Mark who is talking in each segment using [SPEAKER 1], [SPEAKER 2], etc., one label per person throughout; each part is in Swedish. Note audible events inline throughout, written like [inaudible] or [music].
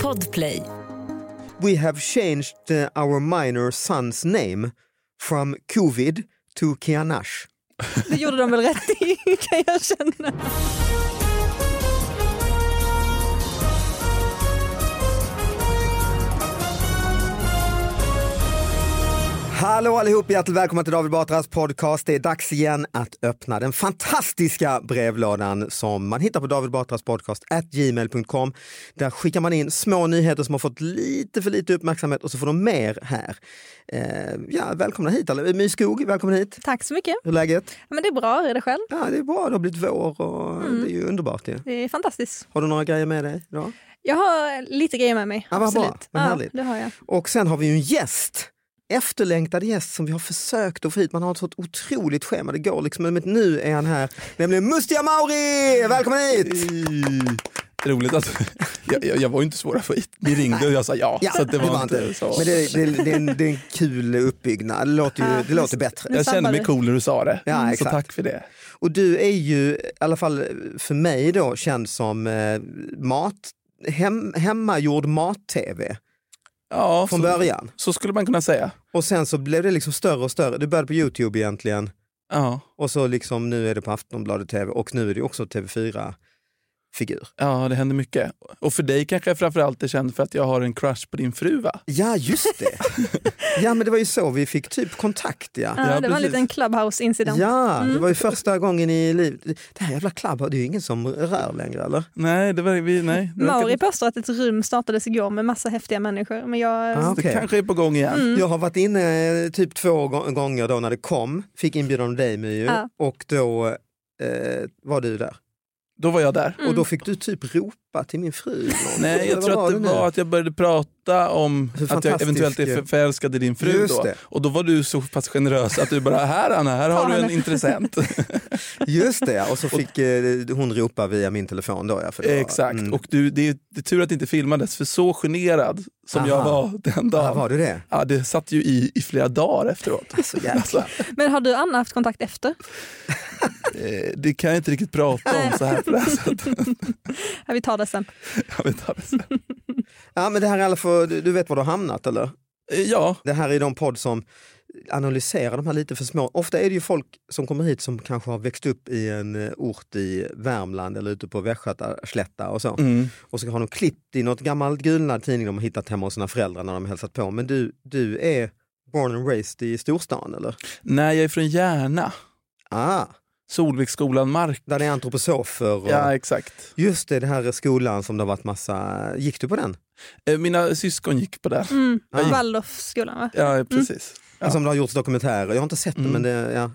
[SPEAKER 1] Podplay.
[SPEAKER 2] We have changed uh, our minor son's name from Covid to Kianash.
[SPEAKER 3] Det gjorde de väl rätt i kan jag känna.
[SPEAKER 2] Hallå allihop, hjärtligt välkomna till David Batras podcast. Det är dags igen att öppna den fantastiska brevlådan som man hittar på David Batras podcast at gmail.com. Där skickar man in små nyheter som har fått lite för lite uppmärksamhet och så får de mer här. Eh, ja, välkomna hit, eller My Skog, välkommen hit.
[SPEAKER 3] Tack så mycket.
[SPEAKER 2] Hur är läget?
[SPEAKER 3] Ja, men det är bra, hur är det själv?
[SPEAKER 2] Ja, det är bra, det har blivit vår och det är ju underbart. Ju.
[SPEAKER 3] Det är fantastiskt.
[SPEAKER 2] Har du några grejer med dig idag?
[SPEAKER 3] Jag har lite grejer med mig.
[SPEAKER 2] Ja, vad bra.
[SPEAKER 3] absolut.
[SPEAKER 2] Vad härligt.
[SPEAKER 3] det har jag.
[SPEAKER 2] Och sen har vi ju en gäst, efterlängtad gäst som vi har försökt att få hit. Man har ett sånt otroligt schema, det går liksom, men nu är han här. Nämligen Mustiga Mauri! Välkommen hit! [laughs]
[SPEAKER 4] Roligt att jag, jag, jag var ju inte svår att få hit. Ni ringde och jag sa ja.
[SPEAKER 2] Ja,
[SPEAKER 4] så att det var inte så.
[SPEAKER 2] Men det, det, det, är en, det är en kul uppbyggnad, det låter, ju, det låter bättre.
[SPEAKER 4] jag kände mig
[SPEAKER 3] du.
[SPEAKER 4] cool när du sa det. Mm,
[SPEAKER 2] Ja,
[SPEAKER 4] så
[SPEAKER 2] exakt.
[SPEAKER 4] tack för det.
[SPEAKER 2] Och du är ju, i alla fall för mig då, känd som eh, mat, hem, hemmagjord mat-tv
[SPEAKER 4] Ja,
[SPEAKER 2] från
[SPEAKER 4] så,
[SPEAKER 2] början.
[SPEAKER 4] så skulle man kunna säga.
[SPEAKER 2] Och sen så blev det liksom större och större, du började på Youtube egentligen.
[SPEAKER 4] Ja,
[SPEAKER 2] Och så liksom nu är det på Aftonbladet TV och nu är det också TV4-figur.
[SPEAKER 4] ja det hände mycket. Och för dig kanske jag framförallt är känd för att jag har en crush på din fru va?
[SPEAKER 2] Ja, just det. [laughs] ja, men det var ju så vi fick typ kontakt. Ja,
[SPEAKER 3] Ja,
[SPEAKER 4] Ja,
[SPEAKER 3] det var en
[SPEAKER 4] precis.
[SPEAKER 3] liten clubhouse-incident.
[SPEAKER 2] ja det Mm. var ju första gången i livet. Det här jävla Clubhouse, det är ju ingen som rör längre eller?
[SPEAKER 4] Nej, det var vi, nej. det verkar-
[SPEAKER 3] Mauri påstår att ett rum startades igår med massa häftiga människor. Men jag,
[SPEAKER 2] Ah,
[SPEAKER 4] Det
[SPEAKER 2] okej. Mm.
[SPEAKER 4] kanske är på gång igen.
[SPEAKER 2] Jag har varit inne eh, typ två gå- gånger då när det kom, fick inbjudan av dig My,
[SPEAKER 3] Ja.
[SPEAKER 2] och då eh, var du där.
[SPEAKER 4] Då var jag där.
[SPEAKER 2] Och då fick du typ ropa till min fru. eller något.
[SPEAKER 4] Nej, jag
[SPEAKER 2] Eller
[SPEAKER 4] tror
[SPEAKER 2] vad
[SPEAKER 4] att det
[SPEAKER 2] nu?
[SPEAKER 4] var att jag började prata om
[SPEAKER 2] Hur
[SPEAKER 4] att jag
[SPEAKER 2] fantastisk-
[SPEAKER 4] eventuellt är för- förälskad i din fru
[SPEAKER 2] Just
[SPEAKER 4] då.
[SPEAKER 2] det.
[SPEAKER 4] Och då var du så pass generös att du bara, här Anna, här
[SPEAKER 3] Ta
[SPEAKER 4] har du
[SPEAKER 3] henne."
[SPEAKER 4] en
[SPEAKER 2] [laughs]
[SPEAKER 4] intressent.
[SPEAKER 2] Just det, ja.
[SPEAKER 4] [laughs]
[SPEAKER 2] och så fick eh, hon ropa via min telefon då. Ja, för det var-
[SPEAKER 4] Exakt,
[SPEAKER 2] Mm.
[SPEAKER 4] och du, det, är, det är tur att det inte filmades för så generad som
[SPEAKER 2] Aha.
[SPEAKER 4] jag var den
[SPEAKER 2] Ja,
[SPEAKER 4] dagen.
[SPEAKER 2] var du det?
[SPEAKER 4] Ja, det satt ju i, i flera dagar
[SPEAKER 2] [laughs]
[SPEAKER 4] efteråt.
[SPEAKER 2] Alltså, jäklar.
[SPEAKER 4] Alltså,
[SPEAKER 3] men har du Anna haft kontakt efter?
[SPEAKER 4] eh, det kan jag inte riktigt prata om så här på
[SPEAKER 2] [laughs]
[SPEAKER 4] det här sättet.
[SPEAKER 3] Ja, vi tar det sen.
[SPEAKER 4] Jag vet inte.
[SPEAKER 2] Ja, men det här är alla för, du, du vet var du har hamnat eller?
[SPEAKER 4] Eh, Ja,
[SPEAKER 2] Det här är de podd som analyserar de här lite för små. Ofta är det ju folk som kommer hit som kanske har växt upp i en eh, ort i Värmland eller ute på Västgötaslätta och så.
[SPEAKER 4] mm.
[SPEAKER 2] Och så har de klippt i något gammalt gulnad tidning de har hittat hemma hos sina föräldrar när de har hälsat på. Men du, du är born and raised i storstan eller?
[SPEAKER 4] nej jag är från Järna,
[SPEAKER 2] Ah,
[SPEAKER 4] Solviksskolan Mark.
[SPEAKER 2] där det är antroposofer. Och...
[SPEAKER 4] Ja, exakt.
[SPEAKER 2] Just det, det här är skolan som det har varit massa... Gick du på den?
[SPEAKER 4] Eh, Mina syskon gick på det.
[SPEAKER 3] Mm.
[SPEAKER 2] Ah.
[SPEAKER 3] Waldorfskolan va?
[SPEAKER 4] Ja,
[SPEAKER 2] Mm.
[SPEAKER 4] precis. Ja.
[SPEAKER 2] Som det har gjorts dokumentärer. Jag har inte sett den men
[SPEAKER 4] Mm.
[SPEAKER 2] det... Ja.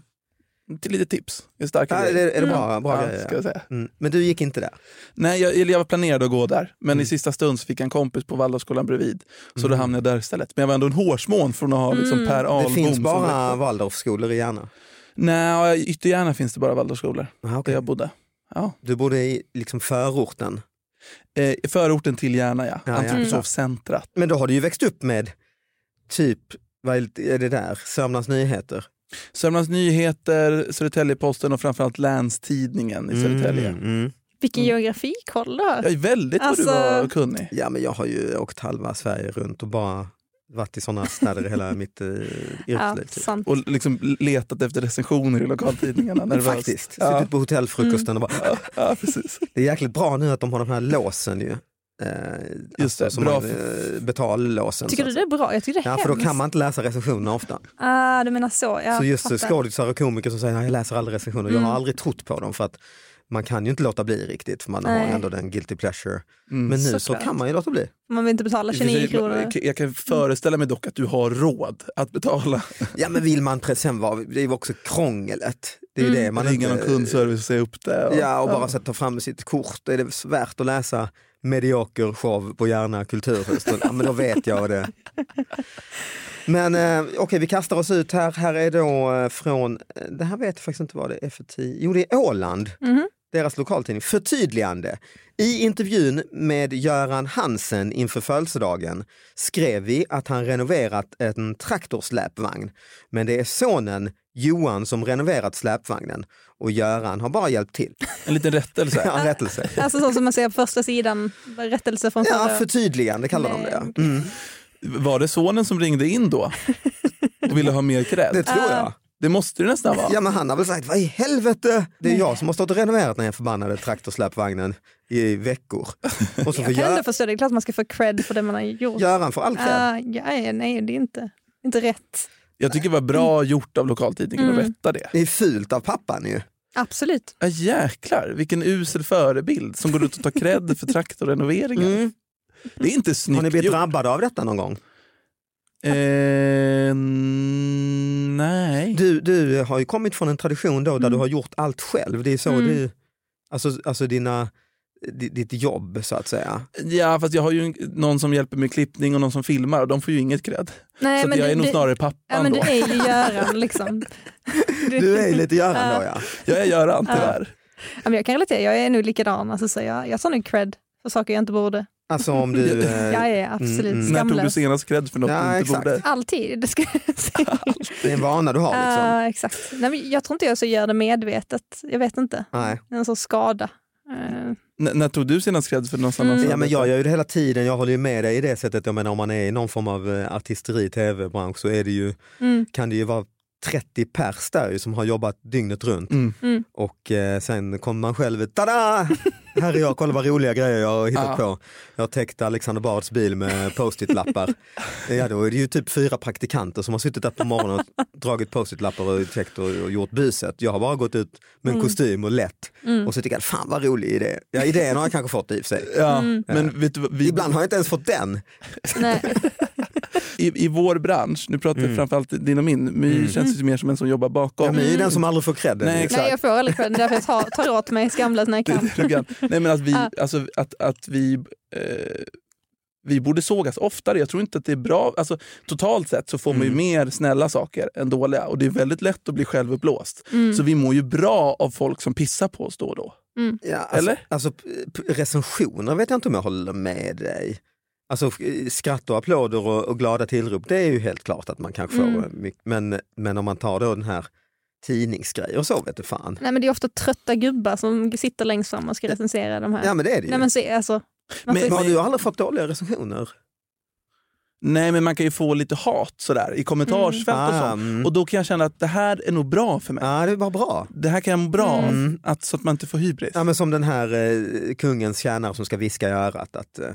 [SPEAKER 4] Till lite tips. Det är starka
[SPEAKER 2] Ah, är
[SPEAKER 4] grejer.
[SPEAKER 2] det, är det
[SPEAKER 3] Mm.
[SPEAKER 2] bra, bra
[SPEAKER 4] Ja,
[SPEAKER 2] grejer?
[SPEAKER 4] ska jag säga.
[SPEAKER 2] Mm. Men du gick inte där?
[SPEAKER 4] Nej, jag, eller jag var planerad att gå där, men
[SPEAKER 2] Mm.
[SPEAKER 4] i sista stund så fick jag en kompis på Waldorfskolan bredvid. Så då
[SPEAKER 2] Mm.
[SPEAKER 4] hamnade jag där istället. Men jag var ändå en hårsmån från att ha liksom
[SPEAKER 3] Mm.
[SPEAKER 4] Per Ahlbom.
[SPEAKER 2] det finns
[SPEAKER 4] som
[SPEAKER 2] bara
[SPEAKER 4] rektor.
[SPEAKER 2] Waldorfskolor i Järna?
[SPEAKER 4] Nej, i Ytterhärna finns det bara Waldorfskolor
[SPEAKER 2] Aha,
[SPEAKER 4] där
[SPEAKER 2] okej.
[SPEAKER 4] jag bodde. Ja.
[SPEAKER 2] Du bodde i liksom förorten?
[SPEAKER 4] Eh, i förorten till Järna ja,
[SPEAKER 2] Ja, ja,
[SPEAKER 4] Antropusovcentrat.
[SPEAKER 2] Men då har du ju växt upp med typ, vad är det där, Sörmlands Nyheter?
[SPEAKER 4] Sörmlands Nyheter, Södertälje-Posten och framförallt Länstidningen i Södertälje.
[SPEAKER 2] Mm, mm.
[SPEAKER 3] Vilken
[SPEAKER 4] Mm.
[SPEAKER 3] geografikoll du har.
[SPEAKER 4] Jag är väldigt vad
[SPEAKER 3] Alltså-
[SPEAKER 4] du var kunnig.
[SPEAKER 2] Ja men jag har ju åkt halva Sverige runt och bara varit i sådana städer hela mitt eh,
[SPEAKER 3] Ja,
[SPEAKER 2] yrkesliv. typ.
[SPEAKER 3] sant.
[SPEAKER 4] Och liksom letat efter recensioner
[SPEAKER 2] [laughs]
[SPEAKER 4] i lokaltidningarna. Nervöst.
[SPEAKER 2] Faktiskt,
[SPEAKER 4] Ja, Mm.
[SPEAKER 2] suttit på hotellfrukosten och bara,
[SPEAKER 4] ja, ja, precis.
[SPEAKER 2] det är jäkligt bra nu att de har de här låsen ju. Eh,
[SPEAKER 4] Just det,
[SPEAKER 2] som
[SPEAKER 4] bra
[SPEAKER 2] man,
[SPEAKER 4] för-
[SPEAKER 2] eh, betallåsen.
[SPEAKER 3] Tycker
[SPEAKER 2] så
[SPEAKER 3] du
[SPEAKER 2] att
[SPEAKER 3] det är bra? Jag tycker det
[SPEAKER 2] säga.
[SPEAKER 3] är
[SPEAKER 2] Ja för då kan
[SPEAKER 3] hemskt.
[SPEAKER 2] man inte läsa recensionerna ofta.
[SPEAKER 3] Ah, du menar så. Ja,
[SPEAKER 2] så just
[SPEAKER 3] fattar.
[SPEAKER 2] skådisar och komiker som säger "Nej, jag läser aldrig recensioner, jag
[SPEAKER 3] Mm.
[SPEAKER 2] har aldrig trott på dem för att man kan ju inte låta bli riktigt för man har
[SPEAKER 3] Nej.
[SPEAKER 2] ändå den guilty pleasure.
[SPEAKER 4] Mm.
[SPEAKER 2] Men nu så
[SPEAKER 3] såklart.
[SPEAKER 2] kan man ju
[SPEAKER 3] [laughs]
[SPEAKER 2] låta bli.
[SPEAKER 3] Man vill inte betala
[SPEAKER 4] I och för sig,
[SPEAKER 3] 29 kronor.
[SPEAKER 4] jag kan- Jag kan föreställa mig dock att du har råd att betala.
[SPEAKER 2] Ja men vill man pre- sen vara, det är ju också krånglet. Det är ju
[SPEAKER 3] Mm.
[SPEAKER 2] det man
[SPEAKER 4] Ringa någon
[SPEAKER 2] inte-
[SPEAKER 4] kundservice och säga upp det.
[SPEAKER 2] Ja och bara så att ta fram sitt kort, är det värt att läsa medioker show på Järna kulturhus? Då, ja, men då vet jag det. Men eh, okej, vi kastar oss ut eh, här. Här är då eh, från, det här vet jag faktiskt inte vad det är för tid. Jo, det är Åland.
[SPEAKER 3] Mhm.
[SPEAKER 2] deras lokaltidning. Förtydligande. I intervjun med Göran Hansen inför födelsedagen skrev vi att han renoverat en traktorsläpvagn. Men det är sonen Johan som renoverat släpvagnen och Göran har bara hjälpt till.
[SPEAKER 4] En liten rättelse.
[SPEAKER 2] Ja, rättelse.
[SPEAKER 3] Alltså så som man ser på första sidan, rättelse från
[SPEAKER 2] [laughs] Ja,
[SPEAKER 3] förra.
[SPEAKER 2] förtydligande kallar de det. ja. Mm,
[SPEAKER 4] Var det sonen som ringde
[SPEAKER 2] [laughs]
[SPEAKER 4] in då och ville ha mer cred?
[SPEAKER 2] det
[SPEAKER 4] Det,
[SPEAKER 2] tror jag.
[SPEAKER 4] måste det nästan vara.
[SPEAKER 2] Ja men han har väl sagt, vad i helvete, det är jag som har stått och renoverat den här förbannade traktorsläpvagnen i
[SPEAKER 3] [laughs]
[SPEAKER 2] veckor. Och så får
[SPEAKER 3] Jag kan ändå
[SPEAKER 2] Gö-
[SPEAKER 3] förstå, det är klart man ska få cred för det man har gjort.
[SPEAKER 2] Göran får all cred.
[SPEAKER 3] Ah, ja, nej, det är inte, inte rätt.
[SPEAKER 4] Jag tycker det var bra gjort av lokaltidningen att
[SPEAKER 3] Mm.
[SPEAKER 4] rätta det.
[SPEAKER 2] Det är fult av pappan ju.
[SPEAKER 3] Absolut.
[SPEAKER 4] Ja, jäklar, vilken usel förebild som går ut och tar cred för traktorrenoveringen.
[SPEAKER 2] Mm.
[SPEAKER 4] Det är inte
[SPEAKER 2] Har
[SPEAKER 4] snyggt
[SPEAKER 2] ni blivit
[SPEAKER 4] gjort.
[SPEAKER 2] drabbade av detta någon gång?
[SPEAKER 4] Eh, nej.
[SPEAKER 2] Du, du har ju kommit från en tradition då där
[SPEAKER 3] Mm.
[SPEAKER 2] du har gjort allt själv. Det är så
[SPEAKER 3] Mm.
[SPEAKER 2] du, alltså, alltså dina, di- ditt jobb så att
[SPEAKER 3] [laughs]
[SPEAKER 2] säga.
[SPEAKER 4] Ja, fast jag har ju en- någon som hjälper med klippning och någon som filmar och de får ju inget cred.
[SPEAKER 3] Nej,
[SPEAKER 4] så att jag
[SPEAKER 3] du,
[SPEAKER 4] är nog
[SPEAKER 3] du,
[SPEAKER 4] snarare pappan
[SPEAKER 3] ja, men
[SPEAKER 4] då.
[SPEAKER 3] du är ju Göran
[SPEAKER 4] [laughs]
[SPEAKER 3] liksom.
[SPEAKER 2] Du är ju lite Göran då
[SPEAKER 3] Ja.
[SPEAKER 2] ja.
[SPEAKER 4] Jag är Göran
[SPEAKER 3] Ja.
[SPEAKER 4] tyvärr.
[SPEAKER 3] Ja, men jag kan relatera, jag är nog likadan. Alltså, så jag, jag tar nog cred för saker jag inte borde.
[SPEAKER 2] Alltså om
[SPEAKER 3] [laughs]
[SPEAKER 2] du... eh,
[SPEAKER 3] Jag är absolut
[SPEAKER 2] mm.
[SPEAKER 4] När tog du
[SPEAKER 3] skamlös.
[SPEAKER 4] senast cred för något
[SPEAKER 2] Ja,
[SPEAKER 4] du inte
[SPEAKER 2] exakt.
[SPEAKER 4] borde?
[SPEAKER 3] Alltid, det ska
[SPEAKER 4] [laughs]
[SPEAKER 3] jag säga.
[SPEAKER 2] Det är en vana du har liksom.
[SPEAKER 3] Ja, exakt. Nej, men jag tror inte jag så gör det medvetet. Jag vet inte.
[SPEAKER 2] Nej.
[SPEAKER 3] En sån skada. Eh,
[SPEAKER 4] N- när tog du senast cred för något
[SPEAKER 3] Mm.
[SPEAKER 4] annat?
[SPEAKER 2] Ja, men jag gör ju det hela tiden, jag håller ju med dig i det sättet. Jag menar om man är i någon form av eh, artisteri, tv-bransch så är det ju,
[SPEAKER 4] [laughs]
[SPEAKER 3] mm,
[SPEAKER 2] kan det ju vara 30 pers där ju som har jobbat dygnet runt
[SPEAKER 4] Mm.
[SPEAKER 3] mm.
[SPEAKER 2] och eh, sen kommer man själv, tada! Här är jag, kolla vad roliga grejer jag har hittat
[SPEAKER 4] Ja.
[SPEAKER 2] på. Jag har täckt Alexander Bards bil med post-it-lappar. ja, då är det ju typ fyra praktikanter som har suttit där på morgonen och dragit post-it-lappar och täckt och, och gjort buset. Jag har bara gått ut med en
[SPEAKER 3] Mm.
[SPEAKER 2] kostym och lätt
[SPEAKER 3] Mm.
[SPEAKER 2] och så tycker jag, fan vad rolig idé. Ja, idén har jag kanske fått i och för sig.
[SPEAKER 4] Ja,
[SPEAKER 3] Mm.
[SPEAKER 4] men vet du, vad, vi,
[SPEAKER 2] Ibland har jag inte ens fått den.
[SPEAKER 3] Nej.
[SPEAKER 4] i, i vår bransch, nu pratar vi
[SPEAKER 2] Mm. framförallt
[SPEAKER 4] framförallt din och min, My
[SPEAKER 2] Mm.
[SPEAKER 4] känns ju mer som en som jobbar bakom.
[SPEAKER 2] Ja, men det är
[SPEAKER 4] [laughs]
[SPEAKER 2] den som aldrig får cred.
[SPEAKER 4] Mm. Nej,
[SPEAKER 3] Nej, jag får aldrig cred. Därför jag tar, tar åt mig skamlöst när jag
[SPEAKER 4] [laughs]
[SPEAKER 3] kan.
[SPEAKER 4] lite grann. Nej, men att vi,
[SPEAKER 3] Ja.
[SPEAKER 4] alltså, att, att vi, eh, vi borde sågas oftare. Jag tror inte att det är bra. Alltså, totalt sett så får man ju
[SPEAKER 2] Mm.
[SPEAKER 4] mer snälla saker än dåliga och det är väldigt lätt att bli självuppblåst.
[SPEAKER 3] Mm.
[SPEAKER 4] Så vi mår ju bra av folk som pissar på oss då och då.
[SPEAKER 2] Ja, alltså,
[SPEAKER 4] Eller?
[SPEAKER 2] Alltså, p- p- recensioner vet jag inte om jag håller med dig. Alltså f- skratt och applåder och, och glada tillrop, det är ju helt klart att man kanske
[SPEAKER 3] Mm.
[SPEAKER 2] får eh, mycket. Men, men om man tar då den här tidningsgrejer och så vet du fan.
[SPEAKER 3] Nej, men det är ofta trötta gubbar som sitter längst fram och ska recensera de här.
[SPEAKER 2] Ja men det är det ju.
[SPEAKER 3] Nej, men se, alltså, man
[SPEAKER 4] Men-
[SPEAKER 3] får ju-
[SPEAKER 2] Men har du aldrig fått dåliga recensioner?
[SPEAKER 4] Nej, men man kan ju få lite hat sådär i kommentarsfält och sånt.
[SPEAKER 2] mm.
[SPEAKER 4] Och då kan jag känna att det här är nog bra för mig.
[SPEAKER 2] ja, det var bra.
[SPEAKER 4] Det här kan jag må bra av.
[SPEAKER 2] Mm.
[SPEAKER 4] Att, så att man inte får hybris.
[SPEAKER 2] Ja, men som den här eh, kungens tjänare som ska viska i örat att eh,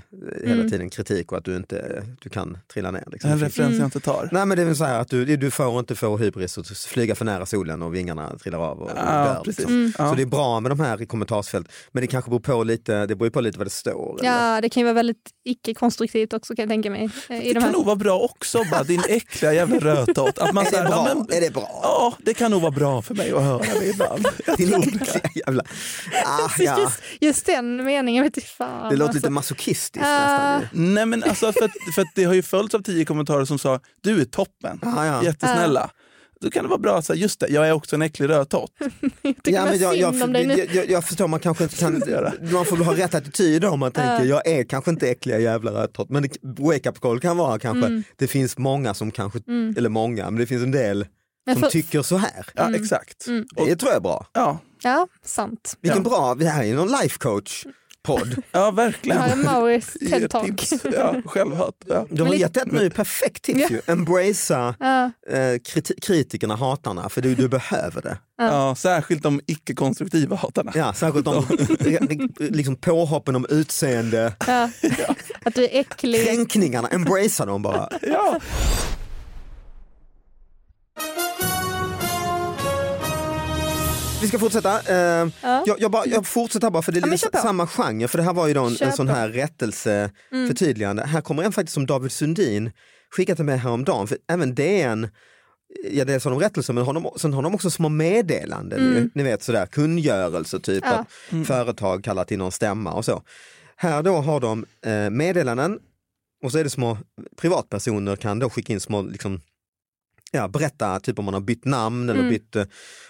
[SPEAKER 2] hela
[SPEAKER 3] Mm.
[SPEAKER 2] tiden kritik och att du inte eh, du kan trilla ner. Liksom.
[SPEAKER 4] En referens
[SPEAKER 3] Mm.
[SPEAKER 4] jag inte tar.
[SPEAKER 2] Nej men det är väl så här att du, du får inte få hybris och flyga för nära solen och vingarna trillar av och
[SPEAKER 4] Ja,
[SPEAKER 2] dör.
[SPEAKER 4] precis.
[SPEAKER 2] Liksom.
[SPEAKER 3] Mm.
[SPEAKER 4] Ja.
[SPEAKER 2] Så det är bra med de här i kommentarsfält. Men det kanske beror på lite, det beror ju på lite vad det står. eller?
[SPEAKER 3] Ja, det kan ju vara väldigt icke-konstruktivt också kan jag tänka mig. eh, I
[SPEAKER 4] Det
[SPEAKER 3] de här.
[SPEAKER 4] kan nog vara bra också, bara, din äckliga jävla rötot. Att
[SPEAKER 2] [laughs]
[SPEAKER 4] man
[SPEAKER 2] Är
[SPEAKER 4] så
[SPEAKER 2] det
[SPEAKER 4] här,
[SPEAKER 2] bra?
[SPEAKER 4] ja, men,
[SPEAKER 2] Är det bra?
[SPEAKER 4] ja, det kan nog vara bra för mig att höra det
[SPEAKER 2] [laughs]
[SPEAKER 4] ibland. Jag
[SPEAKER 2] Din
[SPEAKER 4] tror det.
[SPEAKER 2] äckliga jävla... Ah, ja.
[SPEAKER 3] Just, just den meningen vet inte fan.
[SPEAKER 2] Det låter
[SPEAKER 3] alltså.
[SPEAKER 2] lite masochistiskt
[SPEAKER 3] Ah.
[SPEAKER 2] nästan. ju.
[SPEAKER 4] Nej, men alltså, för, att, för att det har ju följts av tio kommentarer som sa du är toppen,
[SPEAKER 2] Ah, ja.
[SPEAKER 4] jättesnälla. Då kan det vara bra att säga just det, jag är också en äcklig rödtott.
[SPEAKER 3] Jag tycker
[SPEAKER 2] men
[SPEAKER 3] mest
[SPEAKER 2] jag, jag,
[SPEAKER 3] synd om dig nu.
[SPEAKER 2] jag, jag, jag förstår, man kanske inte kan,
[SPEAKER 4] göra.
[SPEAKER 2] man får väl ha rätt attityd om man tänker
[SPEAKER 3] Ja.
[SPEAKER 2] jag är kanske inte äckliga jävla rödtott men det- wake up call kan vara kanske, det finns många som kanske,
[SPEAKER 3] Mm.
[SPEAKER 2] eller många, men det finns en del
[SPEAKER 3] Men
[SPEAKER 2] som
[SPEAKER 3] för-
[SPEAKER 2] tycker så här.
[SPEAKER 4] Ja,
[SPEAKER 3] Mm.
[SPEAKER 4] exakt.
[SPEAKER 3] Mm.
[SPEAKER 4] Och,
[SPEAKER 2] Det tror jag är bra.
[SPEAKER 4] ja,
[SPEAKER 3] Ja, sant.
[SPEAKER 2] Vilken
[SPEAKER 4] Ja.
[SPEAKER 2] bra, det här är ju någon
[SPEAKER 3] [laughs]
[SPEAKER 2] lifecoach-podd.
[SPEAKER 4] ja,
[SPEAKER 3] Det
[SPEAKER 4] verkligen.
[SPEAKER 3] här
[SPEAKER 2] [laughs]
[SPEAKER 3] är Mauris
[SPEAKER 4] Ge
[SPEAKER 3] TED-talk.
[SPEAKER 4] tips. Ja, självhat. Ja.
[SPEAKER 2] Du har
[SPEAKER 3] Men det-
[SPEAKER 2] gett ett nu perfekt tips ju, embracea
[SPEAKER 3] [laughs] Ja,
[SPEAKER 2] eh, kriti- kritikerna, hatarna, för du, du behöver det.
[SPEAKER 4] Ja, särskilt de icke-konstruktiva hatarna.
[SPEAKER 2] Ja, särskilt [laughs] om liksom påhoppen om utseende, [laughs]
[SPEAKER 3] ja. Att du är äcklig.
[SPEAKER 2] kränkningarna, embracea dem bara.
[SPEAKER 4] Ja.
[SPEAKER 2] Vi ska fortsätta. Eh,
[SPEAKER 3] Ja.
[SPEAKER 2] jag, jag, bara, jag fortsätter bara för det är
[SPEAKER 3] Ja, men
[SPEAKER 2] lite
[SPEAKER 3] kör på.
[SPEAKER 2] samma genre, för det här var ju då en,
[SPEAKER 3] Kör
[SPEAKER 2] en sån
[SPEAKER 3] på.
[SPEAKER 2] här rättelse, förtydligande. Här kommer en faktiskt som David Sundin skickade till mig häromdagen, för även DN Ja, dels har de rättelser men har de, sen har de också små meddelanden, ju. ni vet sådär kungörelser typ
[SPEAKER 3] Ja.
[SPEAKER 2] att företag kallar till någon stämma och så. Här då har de eh, meddelanden och så är det små privatpersoner kan då skicka in små, liksom, ja, berätta typ om man har bytt namn eller bytt, eh,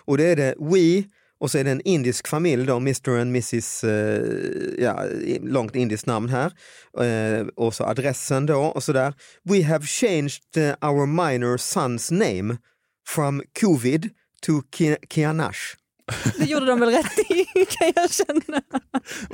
[SPEAKER 2] och det är det We Och så är det en indisk familj, då, Mr and Mrs, eh, ja, i- långt indiskt namn här. Eh, och så adressen då och sådär. We have changed eh, our minor son's name from covid to Ki- Kianash.
[SPEAKER 3] Det gjorde de väl rätt i [laughs] kan jag känna.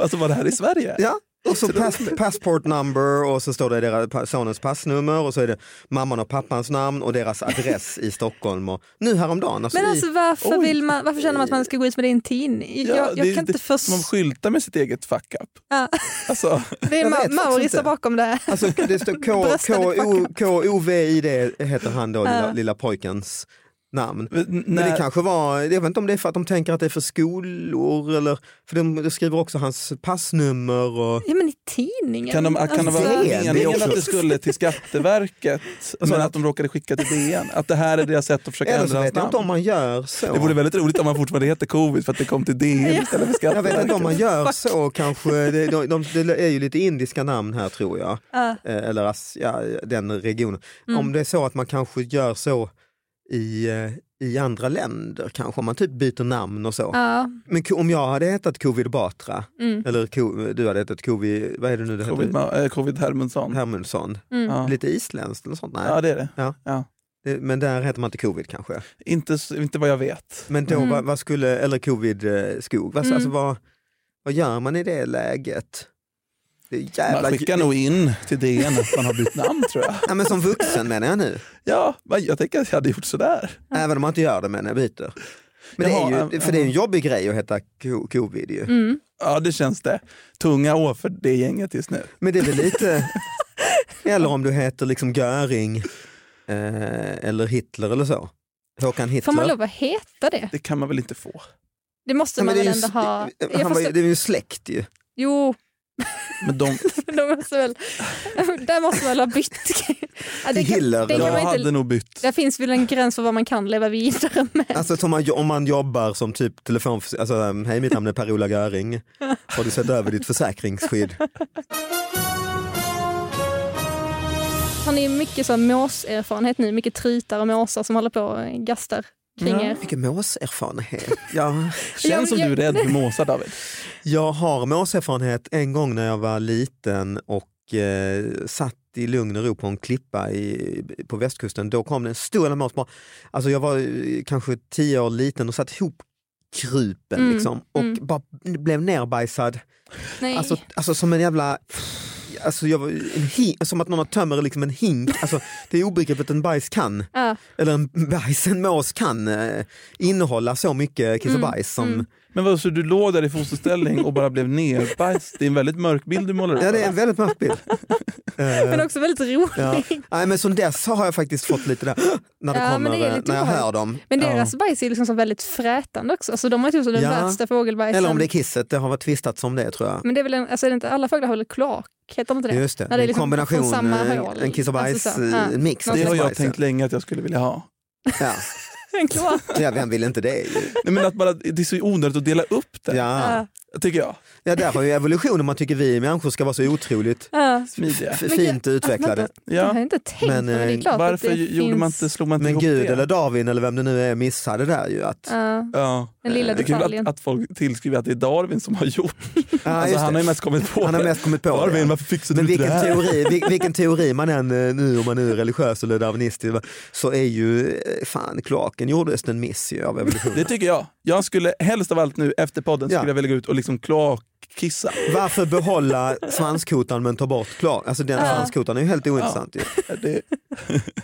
[SPEAKER 4] Alltså var det här i Sverige?
[SPEAKER 2] Ja. Och
[SPEAKER 3] [laughs]
[SPEAKER 2] så pass, passport number och så står det deras, pa- sonens passnummer och så är det mamman och pappans namn och deras adress i Stockholm. Och nu häromdagen. Alltså
[SPEAKER 3] Men
[SPEAKER 2] i-
[SPEAKER 3] alltså varför,
[SPEAKER 4] Oj.
[SPEAKER 3] vill man, varför känner man att man ska gå ut med det i en tidning?
[SPEAKER 4] Ja,
[SPEAKER 3] Jag, jag
[SPEAKER 4] det-
[SPEAKER 3] kan inte
[SPEAKER 4] det-
[SPEAKER 3] förstå.
[SPEAKER 4] Man skyltar med sitt eget fuck up.
[SPEAKER 3] Ja.
[SPEAKER 4] Alltså,
[SPEAKER 3] Det är
[SPEAKER 2] Jag
[SPEAKER 3] ma-
[SPEAKER 2] vet faktiskt
[SPEAKER 3] Mauritsa
[SPEAKER 2] inte.
[SPEAKER 3] bakom det här.
[SPEAKER 2] Alltså det
[SPEAKER 3] [laughs]
[SPEAKER 2] står K-
[SPEAKER 3] Bröstade
[SPEAKER 2] K- O-
[SPEAKER 3] fucking-
[SPEAKER 2] K-O-V-I-D heter han då, lilla,
[SPEAKER 3] Ja.
[SPEAKER 2] lilla pojkens namn.
[SPEAKER 4] n-
[SPEAKER 2] Men det
[SPEAKER 4] när-
[SPEAKER 2] kanske var, jag vet inte om det är för att de tänker att det är för skolor eller, för de, de skriver också hans passnummer och
[SPEAKER 3] Ja men i tidningen.
[SPEAKER 4] Kan, de, kan det vara
[SPEAKER 2] Alltså, Det är det
[SPEAKER 4] meningen
[SPEAKER 2] också.
[SPEAKER 4] att det skulle till Skatteverket
[SPEAKER 2] [laughs]
[SPEAKER 4] men att de råkade skicka till DN? Att det här är deras sätt att försöka
[SPEAKER 2] eller
[SPEAKER 4] ändra
[SPEAKER 2] så
[SPEAKER 4] hans
[SPEAKER 2] vet jag inte om
[SPEAKER 4] namn?
[SPEAKER 2] man gör så.
[SPEAKER 4] Det vore väldigt roligt om man fortfarande hette covid för att det kom till DN istället för
[SPEAKER 2] Jag vet inte om man
[SPEAKER 4] Skatteverket.
[SPEAKER 2] gör så kanske, det, de, de, det är ju lite indiska namn här tror jag,
[SPEAKER 3] Ja.
[SPEAKER 2] Eh, eller as, ja, den regionen.
[SPEAKER 3] Mm.
[SPEAKER 2] Om det är så att man kanske gör så i, eh, i andra länder kanske, om man typ byter namn och så.
[SPEAKER 3] Ja,
[SPEAKER 2] Men ko- om jag hade hetat Covid Batra,
[SPEAKER 3] mm,
[SPEAKER 2] eller ko- du hade hetat Covid, vad är det nu det
[SPEAKER 4] Covid,
[SPEAKER 2] heter?
[SPEAKER 4] ma- eh, covid Hermundsson.
[SPEAKER 2] Hermundsson.
[SPEAKER 3] mm.
[SPEAKER 4] Ja.
[SPEAKER 2] Lite isländskt eller sånt? Nej.
[SPEAKER 4] ja, det är det.
[SPEAKER 2] Det- Men där heter man inte Covid kanske.
[SPEAKER 4] Inte, s- inte vad jag vet.
[SPEAKER 2] Men då,
[SPEAKER 3] Mm.
[SPEAKER 2] vad, vad skulle, eller Covid eh, Skog, vad,
[SPEAKER 3] Mm.
[SPEAKER 2] alltså, vad, vad gör man i det läget? Det är jävla...
[SPEAKER 4] Man skickar nog in till DN att man har bytt namn tror jag.
[SPEAKER 2] [laughs] Ja, men som vuxen menar jag nu,
[SPEAKER 4] Ja, men jag tänker att jag hade gjort sådär.
[SPEAKER 2] även om man inte gör det menar jag byter. Men det
[SPEAKER 4] Jaha,
[SPEAKER 2] är ju,
[SPEAKER 4] äm,
[SPEAKER 2] för det är ju en
[SPEAKER 4] äm.
[SPEAKER 2] jobbig grej att heta ko- Covid ju.
[SPEAKER 3] Mm.
[SPEAKER 4] Ja, det känns det. Tunga år för det gänget just nu.
[SPEAKER 2] Men det är väl lite,
[SPEAKER 3] [laughs]
[SPEAKER 2] eller om du heter liksom Göring eh, eller Hitler eller så. Håkan Hitler.
[SPEAKER 3] Får man lov att heta det?
[SPEAKER 4] Det kan man väl inte få?
[SPEAKER 3] Det måste
[SPEAKER 2] Ja, men
[SPEAKER 3] man
[SPEAKER 2] det är ju
[SPEAKER 3] väl ändå
[SPEAKER 2] s-
[SPEAKER 3] ha?
[SPEAKER 2] det-
[SPEAKER 3] Jag
[SPEAKER 2] han var, ju-
[SPEAKER 3] förstår-
[SPEAKER 2] det är ju släkt ju.
[SPEAKER 3] Jo, [laughs]
[SPEAKER 4] Men de,
[SPEAKER 3] de måste väl, [laughs] där måste man väl ha bytt. [laughs] Ja, det, kan,
[SPEAKER 2] Hiller.
[SPEAKER 3] det
[SPEAKER 4] jag
[SPEAKER 3] kan man
[SPEAKER 4] hade
[SPEAKER 3] inte,
[SPEAKER 4] nog bytt.
[SPEAKER 3] där finns väl en gräns för vad man kan leva vidare med.
[SPEAKER 2] Alltså som man, om man jobbar som typ telefon, alltså um, hej mitt namn är Per-Ola Göring, har du sett över ditt försäkringsskydd?
[SPEAKER 3] Har ni mycket så här måserfarenhet nu? Mycket tritar och måsar som håller på och gastar kring
[SPEAKER 4] Ja.
[SPEAKER 3] er?
[SPEAKER 2] Vilken måserfarenhet. Jag,
[SPEAKER 4] Känns som
[SPEAKER 3] jag-
[SPEAKER 4] du är rädd för måsar David.
[SPEAKER 2] jag har måserfarenhet en gång när jag var liten och eh, satt i lugn och ro på en klippa i, på västkusten. Då kom det en stor jävla mås. bara- Alltså jag var eh, kanske tio år liten och satt ihop krupen
[SPEAKER 3] Mm,
[SPEAKER 2] liksom och
[SPEAKER 3] mm.
[SPEAKER 2] bara blev nerbajsad
[SPEAKER 3] Nej.
[SPEAKER 2] Alltså, alltså som en jävla... Alltså jag, var- en hink, som att någon har tömmer liksom en hink. Alltså, det är obegripligt att en bajs kan,
[SPEAKER 3] Ja.
[SPEAKER 2] eller en bajs, en mås kan eh, innehålla så mycket kiss och
[SPEAKER 3] Mm,
[SPEAKER 2] bajs. Som,
[SPEAKER 3] mm.
[SPEAKER 4] Men vad, så du låg där i fosterställning och bara blev nerbajst? Det är en väldigt mörk bild du målar upp.
[SPEAKER 2] Ja, det är en väldigt mörk
[SPEAKER 3] [laughs]
[SPEAKER 2] bild. Eh,
[SPEAKER 3] Men också väldigt roligt.
[SPEAKER 2] ja. Nej, men som dess har jag faktiskt fått lite där, när, det
[SPEAKER 3] Ja, men
[SPEAKER 2] kommer,
[SPEAKER 3] det är
[SPEAKER 2] eh,
[SPEAKER 3] lite
[SPEAKER 2] när jag
[SPEAKER 3] obehagligt.
[SPEAKER 2] hör dem.
[SPEAKER 3] Men deras bajs är liksom så väldigt frätande också. Alltså, de har typ som den
[SPEAKER 2] Ja.
[SPEAKER 3] värsta fågelbajsen.
[SPEAKER 2] Eller om det är kisset, det har varit tvistats om det tror jag.
[SPEAKER 3] Men det är väl en, alltså, är det inte, alla fåglar har väl kloak? Heter de inte det?
[SPEAKER 2] Just det,
[SPEAKER 3] När det är
[SPEAKER 2] en
[SPEAKER 3] liksom
[SPEAKER 2] kombination,
[SPEAKER 3] från samma
[SPEAKER 2] eh,
[SPEAKER 3] håll.
[SPEAKER 2] en kiss och bajs,
[SPEAKER 3] Alltså så, ja.
[SPEAKER 2] eh, mix.
[SPEAKER 3] Det
[SPEAKER 4] Det har
[SPEAKER 2] kiss och
[SPEAKER 4] jag
[SPEAKER 2] bajs,
[SPEAKER 4] tänkt länge att jag skulle vilja ha.
[SPEAKER 2] Ja.
[SPEAKER 3] En kloak.
[SPEAKER 2] Ja, vem vill inte det? ju?
[SPEAKER 4] Nej, men att bara, det är så onödigt att dela upp det,
[SPEAKER 2] Ja.
[SPEAKER 3] [laughs] Ja.
[SPEAKER 4] tycker jag.
[SPEAKER 2] Ja, där har ju evolutionen, man tycker vi människor ska vara så otroligt
[SPEAKER 3] Ja.
[SPEAKER 4] Smidiga.
[SPEAKER 2] f-
[SPEAKER 3] Men
[SPEAKER 2] fint
[SPEAKER 3] Vänta,
[SPEAKER 2] utvecklade.
[SPEAKER 3] Det har
[SPEAKER 4] Ja.
[SPEAKER 3] jag inte tänkt
[SPEAKER 2] Men,
[SPEAKER 3] men, men det
[SPEAKER 2] eh,
[SPEAKER 3] är klart
[SPEAKER 4] Varför
[SPEAKER 3] att det
[SPEAKER 4] gjorde
[SPEAKER 3] finns...
[SPEAKER 4] man inte, slog man inte
[SPEAKER 2] Men
[SPEAKER 4] ihop
[SPEAKER 2] Gud
[SPEAKER 4] det?
[SPEAKER 2] eller Darwin eller vem det nu är missade det där ju att...
[SPEAKER 3] Ja,
[SPEAKER 4] Ja.
[SPEAKER 3] den
[SPEAKER 2] Eh,
[SPEAKER 3] lilla
[SPEAKER 4] Det är kul
[SPEAKER 3] detaljen.
[SPEAKER 4] att, att folk tillskriver att det är Darwin som har gjort
[SPEAKER 2] Ja,
[SPEAKER 4] alltså,
[SPEAKER 2] just
[SPEAKER 4] han
[SPEAKER 2] det.
[SPEAKER 4] har ju mest kommit på
[SPEAKER 2] han har
[SPEAKER 4] det.
[SPEAKER 2] mest kommit på
[SPEAKER 4] Darwin,
[SPEAKER 2] det.
[SPEAKER 4] varför fixade
[SPEAKER 2] Men
[SPEAKER 4] du inte det
[SPEAKER 2] vilken
[SPEAKER 4] här?
[SPEAKER 2] teori, vil- vilken teori man än eh, nu, om man nu är religiös eller darwinistisk, så är ju eh, fan kloaken gjordes en miss ju av
[SPEAKER 4] Det
[SPEAKER 2] evolutionen.
[SPEAKER 4] tycker jag. Jag skulle helst av allt nu efter podden
[SPEAKER 2] Ja.
[SPEAKER 4] skulle jag vilja gå ut och liksom kloakkissa.
[SPEAKER 2] Varför behålla svanskotan men ta bort kloaken? Alltså den
[SPEAKER 3] Ja.
[SPEAKER 2] svanskotan är ju helt ointressant ju.
[SPEAKER 4] Det-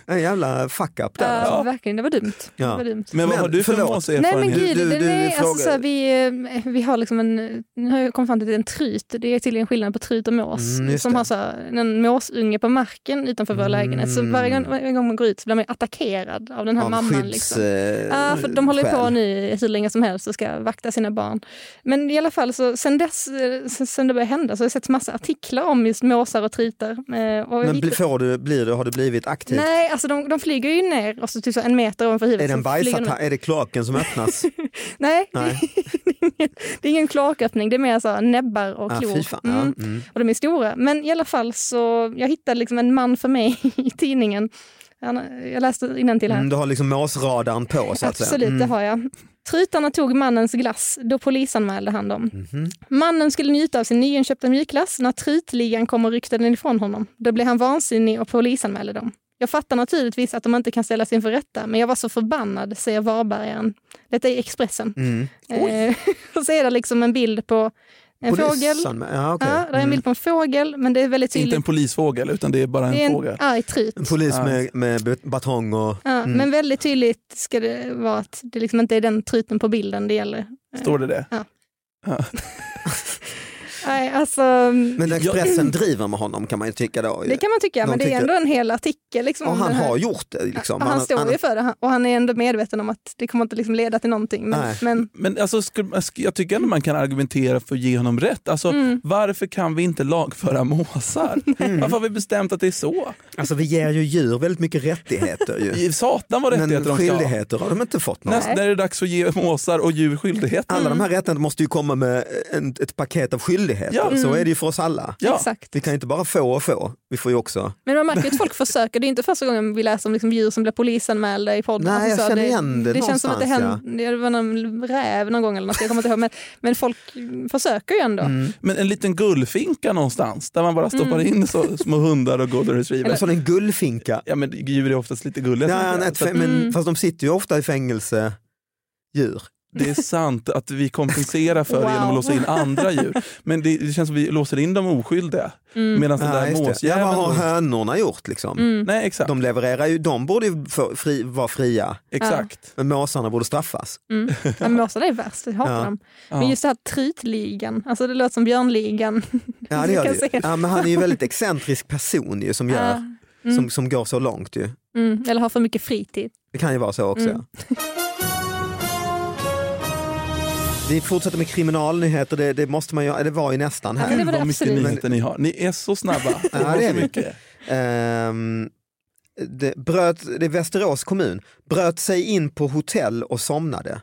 [SPEAKER 2] En jävla fuck up där. alltså.
[SPEAKER 3] ja.
[SPEAKER 4] Ja.
[SPEAKER 3] Verkligen, det var dumt.
[SPEAKER 2] Ja.
[SPEAKER 3] Det var dumt.
[SPEAKER 4] Men vad
[SPEAKER 2] Men,
[SPEAKER 4] har du för
[SPEAKER 2] förlåt.
[SPEAKER 3] Nej men
[SPEAKER 4] måserfarenhet?
[SPEAKER 3] gud,
[SPEAKER 2] Du-
[SPEAKER 3] den
[SPEAKER 2] du
[SPEAKER 3] är,
[SPEAKER 2] frågar-
[SPEAKER 3] alltså, så här, vi, eh, vi har liksom en, nu har jag kommit fram till att det är en tryt, det är tydligen skillnad på tryt och mås,
[SPEAKER 2] Mm, just
[SPEAKER 3] som
[SPEAKER 2] det.
[SPEAKER 3] har så här, en måsunge på marken utanför vår
[SPEAKER 2] Mm.
[SPEAKER 3] lägenhet. Så varje gång, varje gång man går ut så blir man ju attackerad av den här
[SPEAKER 2] Av
[SPEAKER 3] mamman.
[SPEAKER 2] skydds,
[SPEAKER 3] Liksom.
[SPEAKER 2] eh,
[SPEAKER 3] Ja, för de håller ju på
[SPEAKER 2] skäl.
[SPEAKER 3] nu hur länge som helst och ska vakta sina barn. Men i alla fall, så, sen, dess, eh, sen, sen det började hända så har jag sett massa artiklar om just måsar och tritar. Eh, och jag
[SPEAKER 2] Men
[SPEAKER 3] gick-
[SPEAKER 2] bli- får du, blir du, har du blivit aktiv?
[SPEAKER 3] Nej, alltså de, de flyger ju ner och så typ så en meter ovanför huvudet.
[SPEAKER 2] typ. Är det, en
[SPEAKER 3] så flyger de
[SPEAKER 2] bajsattack? är det kloaken som [laughs] öppnas?
[SPEAKER 3] ner. Nej,
[SPEAKER 2] Nej.
[SPEAKER 3] det är ingen kloaköppning, det är mer så här näbbar och
[SPEAKER 2] Ah,
[SPEAKER 3] klor.
[SPEAKER 2] fy fan.
[SPEAKER 3] Mm.
[SPEAKER 2] Ja. Mm.
[SPEAKER 3] Och de är stora. Men i alla fall så, jag hittade liksom en man för mig [laughs] i tidningen. Han, jag läste innantill här.
[SPEAKER 2] Mm, du har liksom måsradaren på så att säga.
[SPEAKER 3] Absolut, det har jag. Trutarna tog mannens glass, då polisanmälde han dem.
[SPEAKER 2] Mhm.
[SPEAKER 3] Mannen skulle njuta av sin nyinköpta mjukglass när trutligan kom och ryckte den ifrån honom. Då blev han vansinnig och polisanmälde dem. Jag fattar naturligtvis att de inte kan ställas inför rätta, men jag var så förbannad, säger Varbergaren. Detta är Expressen.
[SPEAKER 2] Mm.
[SPEAKER 3] Eh, [laughs] och så är det liksom en bild på en fågel.
[SPEAKER 2] Polisanmä- Ja, okej. Mm.
[SPEAKER 3] Ja, det är en bild på en fågel, men det är väldigt
[SPEAKER 4] Inte
[SPEAKER 3] tydligt.
[SPEAKER 4] en polisfågel, utan det är bara en,
[SPEAKER 3] det är
[SPEAKER 4] fågel.
[SPEAKER 3] en arg trut.
[SPEAKER 2] En polis med, med batong och...
[SPEAKER 3] Ja, Men väldigt tydligt ska det vara att det liksom inte är den truten på bilden det gäller.
[SPEAKER 4] Står det det?
[SPEAKER 3] Ja.
[SPEAKER 4] Ja.
[SPEAKER 3] Nej, alltså,
[SPEAKER 2] Men Expressen driver med honom kan man ju tycka då.
[SPEAKER 3] det kan man tycka,
[SPEAKER 2] de
[SPEAKER 3] men det
[SPEAKER 2] tycker-
[SPEAKER 3] är ändå en hel artikel. Liksom,
[SPEAKER 2] och
[SPEAKER 3] om
[SPEAKER 2] han
[SPEAKER 3] den här.
[SPEAKER 2] har gjort det. Liksom.
[SPEAKER 3] Ja, han,
[SPEAKER 2] Han-
[SPEAKER 3] står
[SPEAKER 2] han-
[SPEAKER 3] ju för det han- och han är ändå medveten om att det kommer inte liksom leda till någonting. Men,
[SPEAKER 2] Nej.
[SPEAKER 3] men
[SPEAKER 4] Men alltså, skulle- sk- jag tycker ändå man kan argumentera för att ge honom rätt. Alltså,
[SPEAKER 3] Mm.
[SPEAKER 4] Varför kan vi inte
[SPEAKER 2] [laughs]
[SPEAKER 4] lagföra måsar?
[SPEAKER 2] Mm.
[SPEAKER 4] Varför har vi bestämt att det är så?
[SPEAKER 2] Alltså vi ger ju djur väldigt mycket rättigheter
[SPEAKER 4] [laughs]
[SPEAKER 2] ju.
[SPEAKER 4] I Satan vad rättigheter
[SPEAKER 2] Men
[SPEAKER 4] de ska ha.
[SPEAKER 2] skyldigheter har de inte fått några.
[SPEAKER 4] Näst, när är det dags att ge måsar och djur skyldigheter?
[SPEAKER 2] Alla de här rättigheterna måste ju komma med en, ett paket av skyldigheter.
[SPEAKER 4] Ja.
[SPEAKER 2] Så är det ju för oss alla.
[SPEAKER 4] Ja.
[SPEAKER 3] exakt.
[SPEAKER 2] Vi kan ju inte bara få och få, vi får ju också...
[SPEAKER 3] Men man märker ju att folk försöker. Det är inte första gången vi läser om liksom djur som blir polisanmälda i podden.
[SPEAKER 2] Nej,
[SPEAKER 3] Alltså,
[SPEAKER 2] jag
[SPEAKER 3] så
[SPEAKER 2] känner igen det
[SPEAKER 3] Det känns som att det
[SPEAKER 2] någonstans,
[SPEAKER 3] hände, det var någon räv någon gång eller något, jag kommer inte ihåg. Men, men folk försöker ju
[SPEAKER 2] Mm.
[SPEAKER 3] ändå.
[SPEAKER 4] Men en liten gullfinka någonstans där man bara stoppar in så, små hundar och golden
[SPEAKER 2] En
[SPEAKER 4] retrievers.
[SPEAKER 2] sån en gullfinka.
[SPEAKER 4] Ja, men djur är oftast lite gulliga. tänker
[SPEAKER 2] Ja,
[SPEAKER 4] jag.
[SPEAKER 2] nej, ett,
[SPEAKER 3] alltså-
[SPEAKER 4] Så att
[SPEAKER 2] fäng-
[SPEAKER 3] Mm.
[SPEAKER 2] men, fast de sitter ju ofta i fängelse, djur.
[SPEAKER 4] det är sant att vi kompenserar för
[SPEAKER 3] Wow.
[SPEAKER 4] genom att låsa in andra djur. Men det, det känns som att vi låser in de oskyldiga. Medan
[SPEAKER 3] Alltså
[SPEAKER 4] den
[SPEAKER 2] Mm. Ja,
[SPEAKER 4] där
[SPEAKER 2] just det. ja, vad har
[SPEAKER 4] måsjäveln...
[SPEAKER 2] hönorna gjort liksom?
[SPEAKER 3] Mm.
[SPEAKER 4] Nej, exakt.
[SPEAKER 2] De levererar ju, de borde ju få- fri, vara fria,
[SPEAKER 4] exakt.
[SPEAKER 2] men måsarna borde straffas.
[SPEAKER 3] Mm. Ja, men måsarna är värst, jag hatar
[SPEAKER 2] Ja.
[SPEAKER 3] dem.
[SPEAKER 4] Ja.
[SPEAKER 3] Men just det här trytligan, alltså det låter som björnligan.
[SPEAKER 2] Ja,
[SPEAKER 3] [laughs]
[SPEAKER 2] det
[SPEAKER 3] Du
[SPEAKER 2] gör
[SPEAKER 3] kan
[SPEAKER 2] det ju.
[SPEAKER 3] se.
[SPEAKER 2] ja, men han är ju en väldigt excentrisk person ju, som, gör,
[SPEAKER 3] Ja.
[SPEAKER 2] som, som går så långt. Ju.
[SPEAKER 3] Mm. Eller har för mycket fritid.
[SPEAKER 2] Det kan ju vara så också.
[SPEAKER 3] Mm.
[SPEAKER 2] Ja. Vi fortsätter med kriminalnyheter, det, det måste man göra, det var ju nästan här.
[SPEAKER 3] Ja, det
[SPEAKER 4] Gud,
[SPEAKER 3] var
[SPEAKER 4] vad mycket
[SPEAKER 3] absolut.
[SPEAKER 4] nyheter ni har. Ni är så snabba.
[SPEAKER 2] Ja, det är vi.
[SPEAKER 4] mycket.
[SPEAKER 2] Ehm, det, bröt, det är Västerås kommun, bröt sig in på hotell och somnade.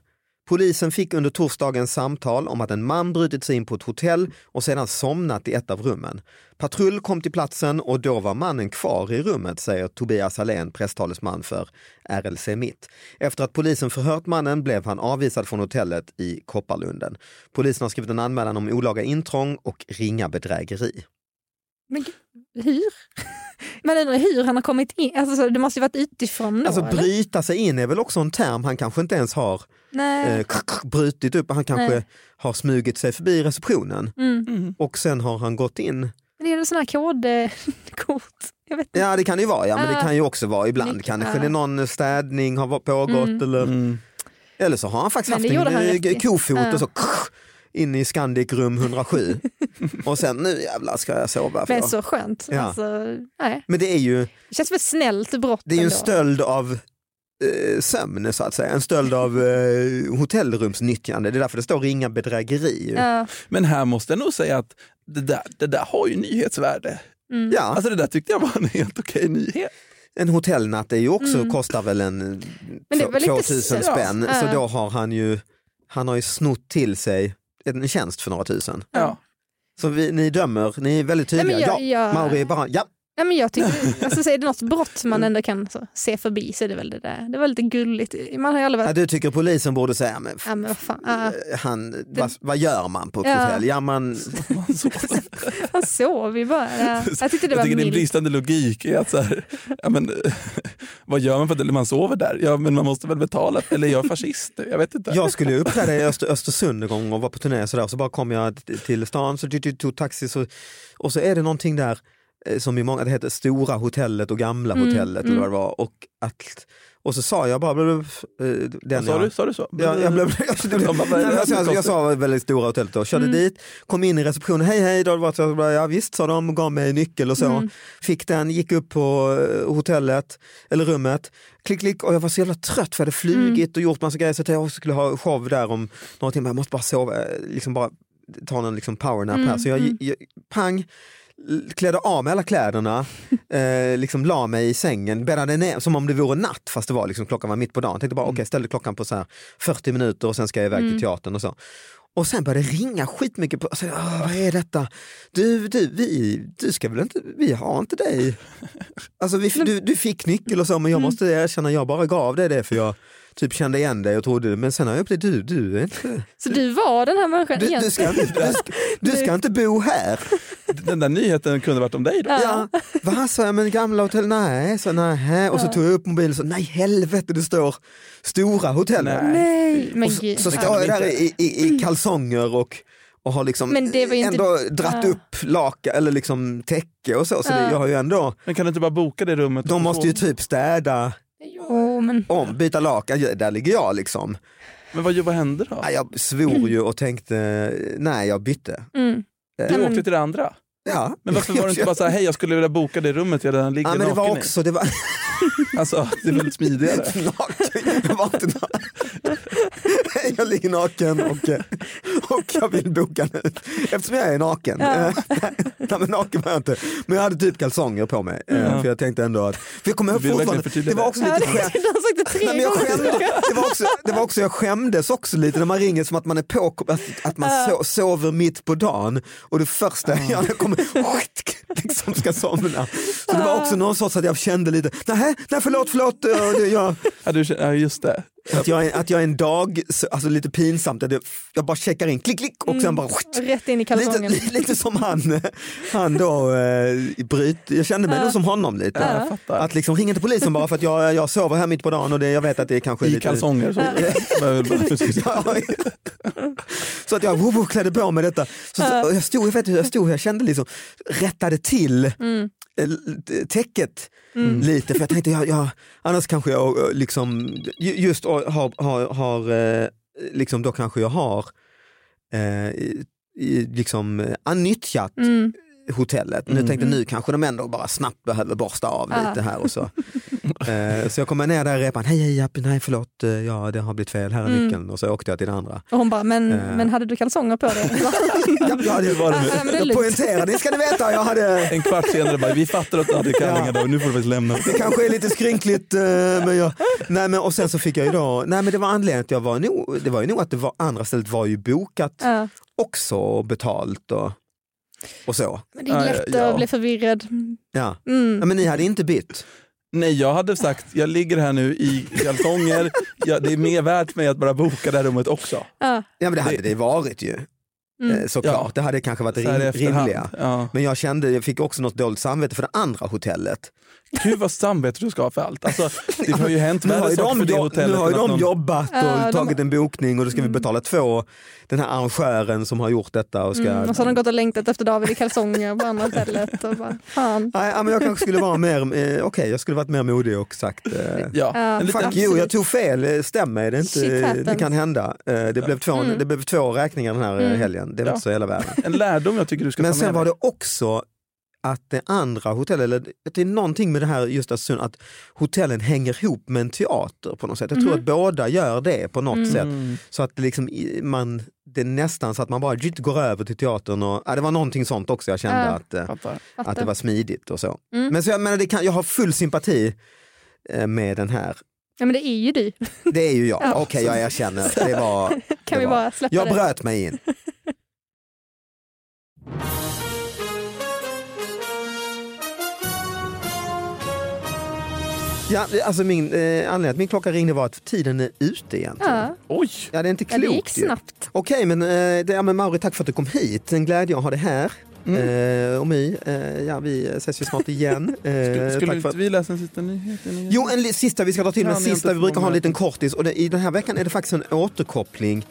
[SPEAKER 2] Polisen fick under torsdagens samtal om att en man brutit sig in på ett hotell och sedan somnat i ett av rummen. Patrull kom till platsen och då var mannen kvar i rummet, säger Tobias Hallén, presstalesman för RLC Mitt. Efter att polisen förhört mannen blev han avvisad från hotellet i Kopparlunden. Polisen har skrivit en anmälan om olaga intrång och ringa bedrägeri.
[SPEAKER 3] Men gud, hyr? [laughs] Men undrar hur han har kommit in, alltså, så det måste ju varit utifrån då?
[SPEAKER 2] Alltså
[SPEAKER 3] eller?
[SPEAKER 2] bryta sig in är väl också en term han kanske inte ens har
[SPEAKER 3] Nej.
[SPEAKER 2] eh, k- k- brutit upp. Han kanske
[SPEAKER 3] Nej.
[SPEAKER 2] har smugit sig förbi receptionen
[SPEAKER 3] Mm.
[SPEAKER 2] och sen har han gått in.
[SPEAKER 3] Men är det sådana här [laughs] kodkort? Jag vet inte.
[SPEAKER 2] Ja det kan det ju vara, ja, men det
[SPEAKER 3] Ah.
[SPEAKER 2] kan ju också vara ibland.
[SPEAKER 3] Mycket-
[SPEAKER 2] Kanske
[SPEAKER 3] ah.
[SPEAKER 2] det någon städning har pågått eller,
[SPEAKER 4] Mm.
[SPEAKER 2] eller så har han faktiskt
[SPEAKER 3] Men det
[SPEAKER 2] haft
[SPEAKER 3] gjorde
[SPEAKER 2] en
[SPEAKER 3] han
[SPEAKER 2] eh,
[SPEAKER 3] rätt i.
[SPEAKER 2] kofot
[SPEAKER 3] Ah.
[SPEAKER 2] och så k- in i Scandic rum
[SPEAKER 3] [laughs]
[SPEAKER 2] 107 och sen nu jävlar ska jag sova. För
[SPEAKER 3] Men
[SPEAKER 2] jag.
[SPEAKER 3] så skönt.
[SPEAKER 2] Ja.
[SPEAKER 3] Alltså, nej.
[SPEAKER 2] Men det är ju,
[SPEAKER 3] Det känns väl snällt brott
[SPEAKER 2] det är ju en
[SPEAKER 3] ändå.
[SPEAKER 2] stöld av eh, sömn så att säga, en stöld av eh, hotellrumsnyttjande. Det är därför det står ringa bedrägeri. ju.
[SPEAKER 3] Ja.
[SPEAKER 4] Men här måste jag nog säga att det där, det där har ju nyhetsvärde.
[SPEAKER 3] Mm.
[SPEAKER 2] Ja,
[SPEAKER 4] Alltså det där tyckte jag var en helt okej nyhet.
[SPEAKER 2] en hotellnatt är ju också,
[SPEAKER 3] Mm.
[SPEAKER 2] kostar väl en
[SPEAKER 3] Men det
[SPEAKER 2] två-
[SPEAKER 3] var lite
[SPEAKER 2] 2000
[SPEAKER 4] sött.
[SPEAKER 2] spänn.
[SPEAKER 3] Ja.
[SPEAKER 2] Så då har han ju, han har ju snott till sig en tjänst för några tusen.
[SPEAKER 4] Ja.
[SPEAKER 2] Så vi, ni dömer, ni är väldigt
[SPEAKER 3] Nej,
[SPEAKER 2] tydliga.
[SPEAKER 3] men jag,
[SPEAKER 2] ja,
[SPEAKER 3] jag,
[SPEAKER 2] Mauri är bara, ja,
[SPEAKER 3] Nej, men
[SPEAKER 2] [laughs]
[SPEAKER 3] jag tycker, alltså, så är det något brott man ändå kan så, se förbi så är det väl det där. Det var lite gulligt. Man har ju aldrig
[SPEAKER 2] ja,
[SPEAKER 3] varit...
[SPEAKER 2] du tycker polisen borde säga, men, f-
[SPEAKER 3] Ja, men vad fan. Ah, Ja.
[SPEAKER 2] han, vad, vad gör man på ett
[SPEAKER 3] Ja.
[SPEAKER 2] hotell? Ja, man,
[SPEAKER 4] Man [laughs] så-
[SPEAKER 3] Han sov
[SPEAKER 2] [laughs]
[SPEAKER 3] ju bara. Ja. Jag tyckte det
[SPEAKER 4] jag
[SPEAKER 3] var
[SPEAKER 4] tycker det är en
[SPEAKER 3] milt.
[SPEAKER 4] bristande logik i att så här, ja, men, [laughs] vad gör man för att man sover där? Ja men man måste väl betala, eller jag är fascist nu, jag vet inte.
[SPEAKER 2] jag skulle ju uppträda i Öster, Östersund en gång och var på turné så, där, så bara kom jag t- till stan, så t- t- tog taxi så, och så är det någonting där eh, som i många, det heter Stora hotellet och Gamla
[SPEAKER 3] Mm,
[SPEAKER 2] hotellet eller vad det var. Och, att, och så sa jag bara, blub, blub, eh, den
[SPEAKER 4] Sa
[SPEAKER 2] jag,
[SPEAKER 4] du, sa du så?
[SPEAKER 2] Ja, jag, blev, jag, blev,
[SPEAKER 4] Ja,
[SPEAKER 2] jag,
[SPEAKER 4] men vad är det här för
[SPEAKER 2] jag, alltså, jag
[SPEAKER 4] konstigt?
[SPEAKER 2] sa väldigt stora hotellet då, körde
[SPEAKER 3] Mm.
[SPEAKER 2] dit, kom in i receptionen, hej hej, då var jag bara, ja visst sa de, gav mig nyckel och så.
[SPEAKER 3] Mm.
[SPEAKER 2] Fick den, gick upp på eh, hotellet, eller rummet, klick klick och jag var så jävla trött för jag hade
[SPEAKER 3] Mm.
[SPEAKER 2] flugit och gjort massa grejer så att jag också skulle ha show där om några timmar, jag måste bara sova, eh, liksom bara ta en liksom powernap här.
[SPEAKER 3] Mm,
[SPEAKER 2] Så jag,
[SPEAKER 3] mm.
[SPEAKER 2] jag pang, l- klädde av mig alla kläderna, eh, liksom la mig i sängen, bäddade ner som om det vore natt fast det var liksom, klockan var mitt på dagen. Tänkte bara okej, ställde klockan på så här 40 minuter och sen ska jag iväg till teatern och så. Och sen började det ringa skitmycket på, så, jag, "Åh, vad är detta? Du, du, vi, du ska väl inte, vi har inte dig. Alltså vi, du, du fick nyckel och så men jag måste erkänna, jag bara gav dig det för jag typ kände igen dig och trodde, men sen har jag upptäckt du, du är inte,
[SPEAKER 3] Så du var den här människan
[SPEAKER 2] du, du,
[SPEAKER 3] egentligen?
[SPEAKER 2] ska, inte- du, ska, du ska inte bo här.
[SPEAKER 4] [laughs] Den där nyheten kunde varit om dig då.
[SPEAKER 2] Ja. Va, sa jag, men gamla hotell, nej, så nej. Och så
[SPEAKER 3] Ja.
[SPEAKER 2] tog jag upp mobilen och så, nej helvete det står stora hotellet.
[SPEAKER 4] Nej.
[SPEAKER 3] Nej, men
[SPEAKER 2] Och så,
[SPEAKER 3] gud. Mm.
[SPEAKER 2] så
[SPEAKER 4] kan
[SPEAKER 2] står
[SPEAKER 4] man
[SPEAKER 2] jag där
[SPEAKER 4] inte.
[SPEAKER 2] i, i, i kalsonger och, och har liksom
[SPEAKER 3] Men det var ju inte-
[SPEAKER 2] ändå dratt
[SPEAKER 3] Ja.
[SPEAKER 2] upp laka eller liksom täcke och så. så det,
[SPEAKER 3] Ja.
[SPEAKER 2] jag har ju ändå,
[SPEAKER 4] Men kan du inte bara boka det rummet?
[SPEAKER 2] de måste ju typ städa
[SPEAKER 3] Jo, men
[SPEAKER 2] om, byta lakan, Ja, där ligger jag liksom.
[SPEAKER 4] Men vad, vad hände då?
[SPEAKER 2] Nej, jag svor ju och tänkte, nej jag bytte.
[SPEAKER 3] mm.
[SPEAKER 2] Eh,
[SPEAKER 4] Du
[SPEAKER 3] Nej, men-
[SPEAKER 4] åkte till det andra.
[SPEAKER 2] Ja. [laughs]
[SPEAKER 4] Men varför var det inte bara så här, hej jag skulle vilja boka det rummet jag redan ligger
[SPEAKER 2] Ja, men det var
[SPEAKER 4] naken
[SPEAKER 2] också, det var,
[SPEAKER 4] i. Alltså det är väldigt smidigare.
[SPEAKER 2] naken. Jag, var inte naken. [laughs] jag ligger naken och, eh, och jag vill boka nu. Eftersom jag är naken.
[SPEAKER 3] Ja.
[SPEAKER 2] Eh, [laughs] Nej, men naken var jag inte. Men jag hade typ kalsonger på mig. eh,
[SPEAKER 4] Mm.
[SPEAKER 2] För jag tänkte ändå att, för jag kommer ihåg
[SPEAKER 4] Vill verkligen
[SPEAKER 2] fortfarande,
[SPEAKER 4] förtydliga
[SPEAKER 2] det var
[SPEAKER 4] det.
[SPEAKER 2] också
[SPEAKER 3] ja, det,
[SPEAKER 2] lite
[SPEAKER 3] du
[SPEAKER 2] skämt.
[SPEAKER 3] har sagt det tre
[SPEAKER 2] Nej, men jag,
[SPEAKER 3] gånger.
[SPEAKER 2] skämde. det, var också, det var också, jag skämdes också lite när man ringer som att man är på, att, att man so, sover mitt på dagen och det första jag gör när jag kommer liksom ska somna. Så det var också någon sorts att jag kände lite, nej, nej förlåt, förlåt, eh, det, jag,
[SPEAKER 4] Ja, du, känner- ja just det.
[SPEAKER 2] att, jag, är- att jag är en dag, så- alltså lite pinsamt, att jag, jag bara checkar in, klick, klick och sen
[SPEAKER 4] Mm.
[SPEAKER 2] bara
[SPEAKER 3] Rätt in i
[SPEAKER 2] Lite,
[SPEAKER 3] kalsongen.
[SPEAKER 2] [laughs] lite som han, eh, han då, eh, bryt, jag kände mig nog som honom lite.
[SPEAKER 4] Ja, jag fattar.
[SPEAKER 2] Att liksom ringa till polisen bara för att jag, jag sover här mitt på dagen och det, jag vet att det är kanske
[SPEAKER 4] I
[SPEAKER 2] lite...
[SPEAKER 4] kalsonger. Så. [laughs] Men jag vill
[SPEAKER 2] [laughs]
[SPEAKER 4] bara- precis.
[SPEAKER 2] Ja. så att jag wo, wo, klädde på mig detta. Så, så, och jag stod, jag vet hur jag stod, jag kände liksom, rättade till eh, l- täcket lite för jag tänkte, jag, jag, annars kanske jag eh, liksom, ju- just har, har, har, har eh, liksom då kanske jag har eh, i- i- liksom eh, annyttjat
[SPEAKER 3] Mm.
[SPEAKER 2] hotellet. Nu tänkte nu kanske de ändå bara snabbt behöver borsta av
[SPEAKER 3] Ja.
[SPEAKER 2] lite här och
[SPEAKER 3] [laughs]
[SPEAKER 2] så. Eh, så jag kommer ner där i repan, hej hej, japp, nej förlåt, eh, ja det har blivit fel, här är
[SPEAKER 3] Mm.
[SPEAKER 2] nyckeln. Och så åkte jag till det andra.
[SPEAKER 3] Och hon bara, men,
[SPEAKER 2] Eh.
[SPEAKER 3] men hade du kalsonger på dig?
[SPEAKER 2] Japp, [laughs] ja, det var
[SPEAKER 3] Ah, Ja,
[SPEAKER 2] det.
[SPEAKER 3] ja, men det är
[SPEAKER 2] jag
[SPEAKER 3] lugnt.
[SPEAKER 2] poängterade, det ska ni veta, jag hade,
[SPEAKER 4] En kvart senare bara, vi fattar att du hade kallingar då, nu får du faktiskt lämna.
[SPEAKER 2] det kanske är lite skrynkligt. eh, Men jag, nej, men, och sen så fick jag ju då, nej men det var anledningen att jag var nog, det var ju nog att det var, andra stället var ju bokat
[SPEAKER 3] Ja.
[SPEAKER 2] också och betalt och, och så.
[SPEAKER 3] Men det är
[SPEAKER 4] Ja,
[SPEAKER 3] lätt
[SPEAKER 4] ja.
[SPEAKER 3] att bli förvirrad.
[SPEAKER 2] Ja.
[SPEAKER 3] Mm.
[SPEAKER 2] Ja, men ni hade inte bytt?
[SPEAKER 4] Nej jag hade sagt, jag ligger här nu i kalsonger, ja, det är mer värt mig att bara boka det här rummet också.
[SPEAKER 3] Ja.
[SPEAKER 2] Ja men det hade det varit ju.
[SPEAKER 3] Mm.
[SPEAKER 2] Eh, Såklart,
[SPEAKER 4] Ja.
[SPEAKER 2] det hade kanske varit
[SPEAKER 4] Så här i
[SPEAKER 2] rim-
[SPEAKER 4] efterhand.
[SPEAKER 2] rimliga.
[SPEAKER 4] Ja.
[SPEAKER 2] Men jag kände, jag fick också något dåligt samvete för det andra hotellet.
[SPEAKER 4] Gud vad samvete du ska ha för allt. Alltså, det har ju hänt
[SPEAKER 2] Nu har
[SPEAKER 4] värre
[SPEAKER 2] ju
[SPEAKER 4] saker
[SPEAKER 2] de,
[SPEAKER 4] på det
[SPEAKER 2] jo- nu
[SPEAKER 4] hotellet.
[SPEAKER 2] har ju
[SPEAKER 4] än att
[SPEAKER 2] de
[SPEAKER 4] någon-
[SPEAKER 2] jobbat och
[SPEAKER 3] Ja, de- Mm.
[SPEAKER 2] tagit en bokning och då ska vi betala två, den här arrangören som har gjort detta. Och ska...
[SPEAKER 3] Mm. Och så har de gått och längtat efter David i kalsonger på
[SPEAKER 2] [laughs]
[SPEAKER 3] andra hotellet. Och bara, fan.
[SPEAKER 2] Nej, ja, men jag kanske skulle vara mer, eh, okej jag skulle varit mer modig och sagt eh,
[SPEAKER 4] Ja,
[SPEAKER 3] Ja,
[SPEAKER 4] en liten
[SPEAKER 2] Fuck you, jag tog fel, eh, stäm mig, det, är
[SPEAKER 3] Shit
[SPEAKER 2] inte,
[SPEAKER 3] happens.
[SPEAKER 2] det kan hända. Eh, Det blev, två,
[SPEAKER 3] Mm.
[SPEAKER 2] det blev två räkningar den här eh,
[SPEAKER 3] Mm.
[SPEAKER 2] helgen, det var
[SPEAKER 4] Ja.
[SPEAKER 2] inte så hela världen.
[SPEAKER 4] En lärdom jag tycker du ska
[SPEAKER 2] Men
[SPEAKER 4] ta med
[SPEAKER 2] sen var
[SPEAKER 4] dig.
[SPEAKER 2] det också att det andra hotellet, eller att det är någonting med det här just att, syn- att hotellen hänger ihop med en teater på något sätt. Jag tror
[SPEAKER 3] Mhm.
[SPEAKER 2] att båda gör det på något
[SPEAKER 3] Mm.
[SPEAKER 2] sätt.
[SPEAKER 4] Mm.
[SPEAKER 2] Så att det liksom, i- man, det är nästan så att man bara jitt, går över till teatern. Och, ja, det var någonting sånt också jag kände
[SPEAKER 3] Ja.
[SPEAKER 2] att, eh,
[SPEAKER 4] Fattar.
[SPEAKER 3] Fattar.
[SPEAKER 2] att det var smidigt och så.
[SPEAKER 3] Mm.
[SPEAKER 2] Men så jag, menar, det kan, jag har full sympati eh, med den här.
[SPEAKER 3] ja, men det är ju du.
[SPEAKER 2] Det är ju jag,
[SPEAKER 3] Ja.
[SPEAKER 2] okej jag erkänner. Det var,
[SPEAKER 3] Kan
[SPEAKER 2] det
[SPEAKER 3] vi
[SPEAKER 2] var-
[SPEAKER 3] bara släppa
[SPEAKER 2] jag
[SPEAKER 3] det?
[SPEAKER 2] bröt mig in. Ja, alltså min, eh, anledningen att min klocka ringde var att tiden är ute egentligen. Ja,
[SPEAKER 3] Ja.
[SPEAKER 4] Oj,
[SPEAKER 2] det är inte
[SPEAKER 3] Ja,
[SPEAKER 2] klokt.
[SPEAKER 3] det gick
[SPEAKER 2] ju.
[SPEAKER 3] snabbt. [laughs]
[SPEAKER 2] Okej, men, eh, det, ja, men Mauri, tack för att du kom hit. En glädje att ha dig här.
[SPEAKER 3] Mm.
[SPEAKER 2] Eh, och My, eh, ja, vi ses ju snart igen.
[SPEAKER 3] [laughs]
[SPEAKER 2] Eh,
[SPEAKER 4] skulle, skulle
[SPEAKER 2] tack för...
[SPEAKER 4] inte vi läsa en sista nyhet? En nyhet?
[SPEAKER 2] Jo, en li- sista vi ska ta till,
[SPEAKER 4] Kan
[SPEAKER 2] men
[SPEAKER 4] jag
[SPEAKER 2] sista
[SPEAKER 4] inte
[SPEAKER 2] vi brukar ha en
[SPEAKER 4] fånga?
[SPEAKER 2] liten kortis. Och det, I den här veckan är det faktiskt en återkoppling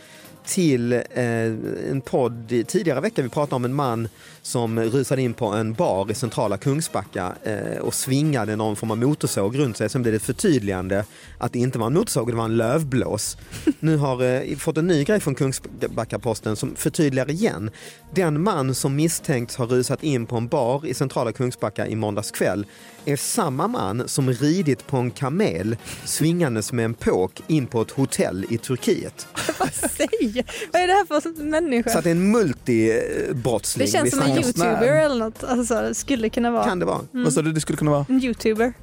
[SPEAKER 2] till eh, en podd i tidigare vecka. Vi pratade om en man som rusade in på en bar i centrala Kungsbacka eh, och svingade någon form av motorsåg runt sig. Sen blev det ett förtydligande att det inte var en motorsåg, det var en
[SPEAKER 4] [laughs]
[SPEAKER 2] lövblås. Nu har eh, fått en ny grej från Kungsbacka-posten som förtydligar igen. Den man som misstänks ha rusat in på en bar i centrala Kungsbacka i måndags kväll är samma man som ridit på en kamel svingandes med en påk in på ett hotell i Turkiet.
[SPEAKER 3] Vad säger Vad är det här för människa?
[SPEAKER 2] Så att det är en multibrottsling.
[SPEAKER 3] det känns som en
[SPEAKER 2] misstänker.
[SPEAKER 4] snackar
[SPEAKER 3] youtuber
[SPEAKER 4] snär.
[SPEAKER 3] eller något. Alltså, det skulle kunna vara Mm.
[SPEAKER 2] Kan det vara?
[SPEAKER 4] Vad sa du, det skulle kunna vara?
[SPEAKER 3] en youtuber.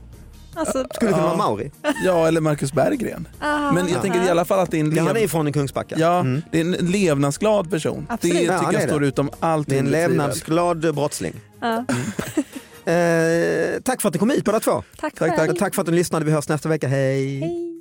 [SPEAKER 3] Alltså,
[SPEAKER 2] Skulle det kunna
[SPEAKER 4] Ja.
[SPEAKER 2] vara Mauri?
[SPEAKER 4] Ja, eller Marcus Berggren.
[SPEAKER 3] ah,
[SPEAKER 4] Men jag tänker i alla fall att det är en,
[SPEAKER 2] Ja, han är
[SPEAKER 4] lev...
[SPEAKER 2] ju från Kungsbacka.
[SPEAKER 4] ja,
[SPEAKER 2] Mm.
[SPEAKER 4] det är en levnadsglad person.
[SPEAKER 3] Absolut.
[SPEAKER 4] Det
[SPEAKER 3] Ja,
[SPEAKER 4] tycker
[SPEAKER 2] det är
[SPEAKER 4] jag står
[SPEAKER 2] det.
[SPEAKER 4] utom allt
[SPEAKER 2] Det är en
[SPEAKER 4] rimligt tvivel.
[SPEAKER 2] levnadsglad brottsling.
[SPEAKER 3] ja.
[SPEAKER 2] Eh, tack för att ni kom hit båda två.
[SPEAKER 3] Tack,
[SPEAKER 4] Tack, tack.
[SPEAKER 3] själv.
[SPEAKER 2] Tack för att ni lyssnade. Vi hörs nästa vecka.
[SPEAKER 3] Hej.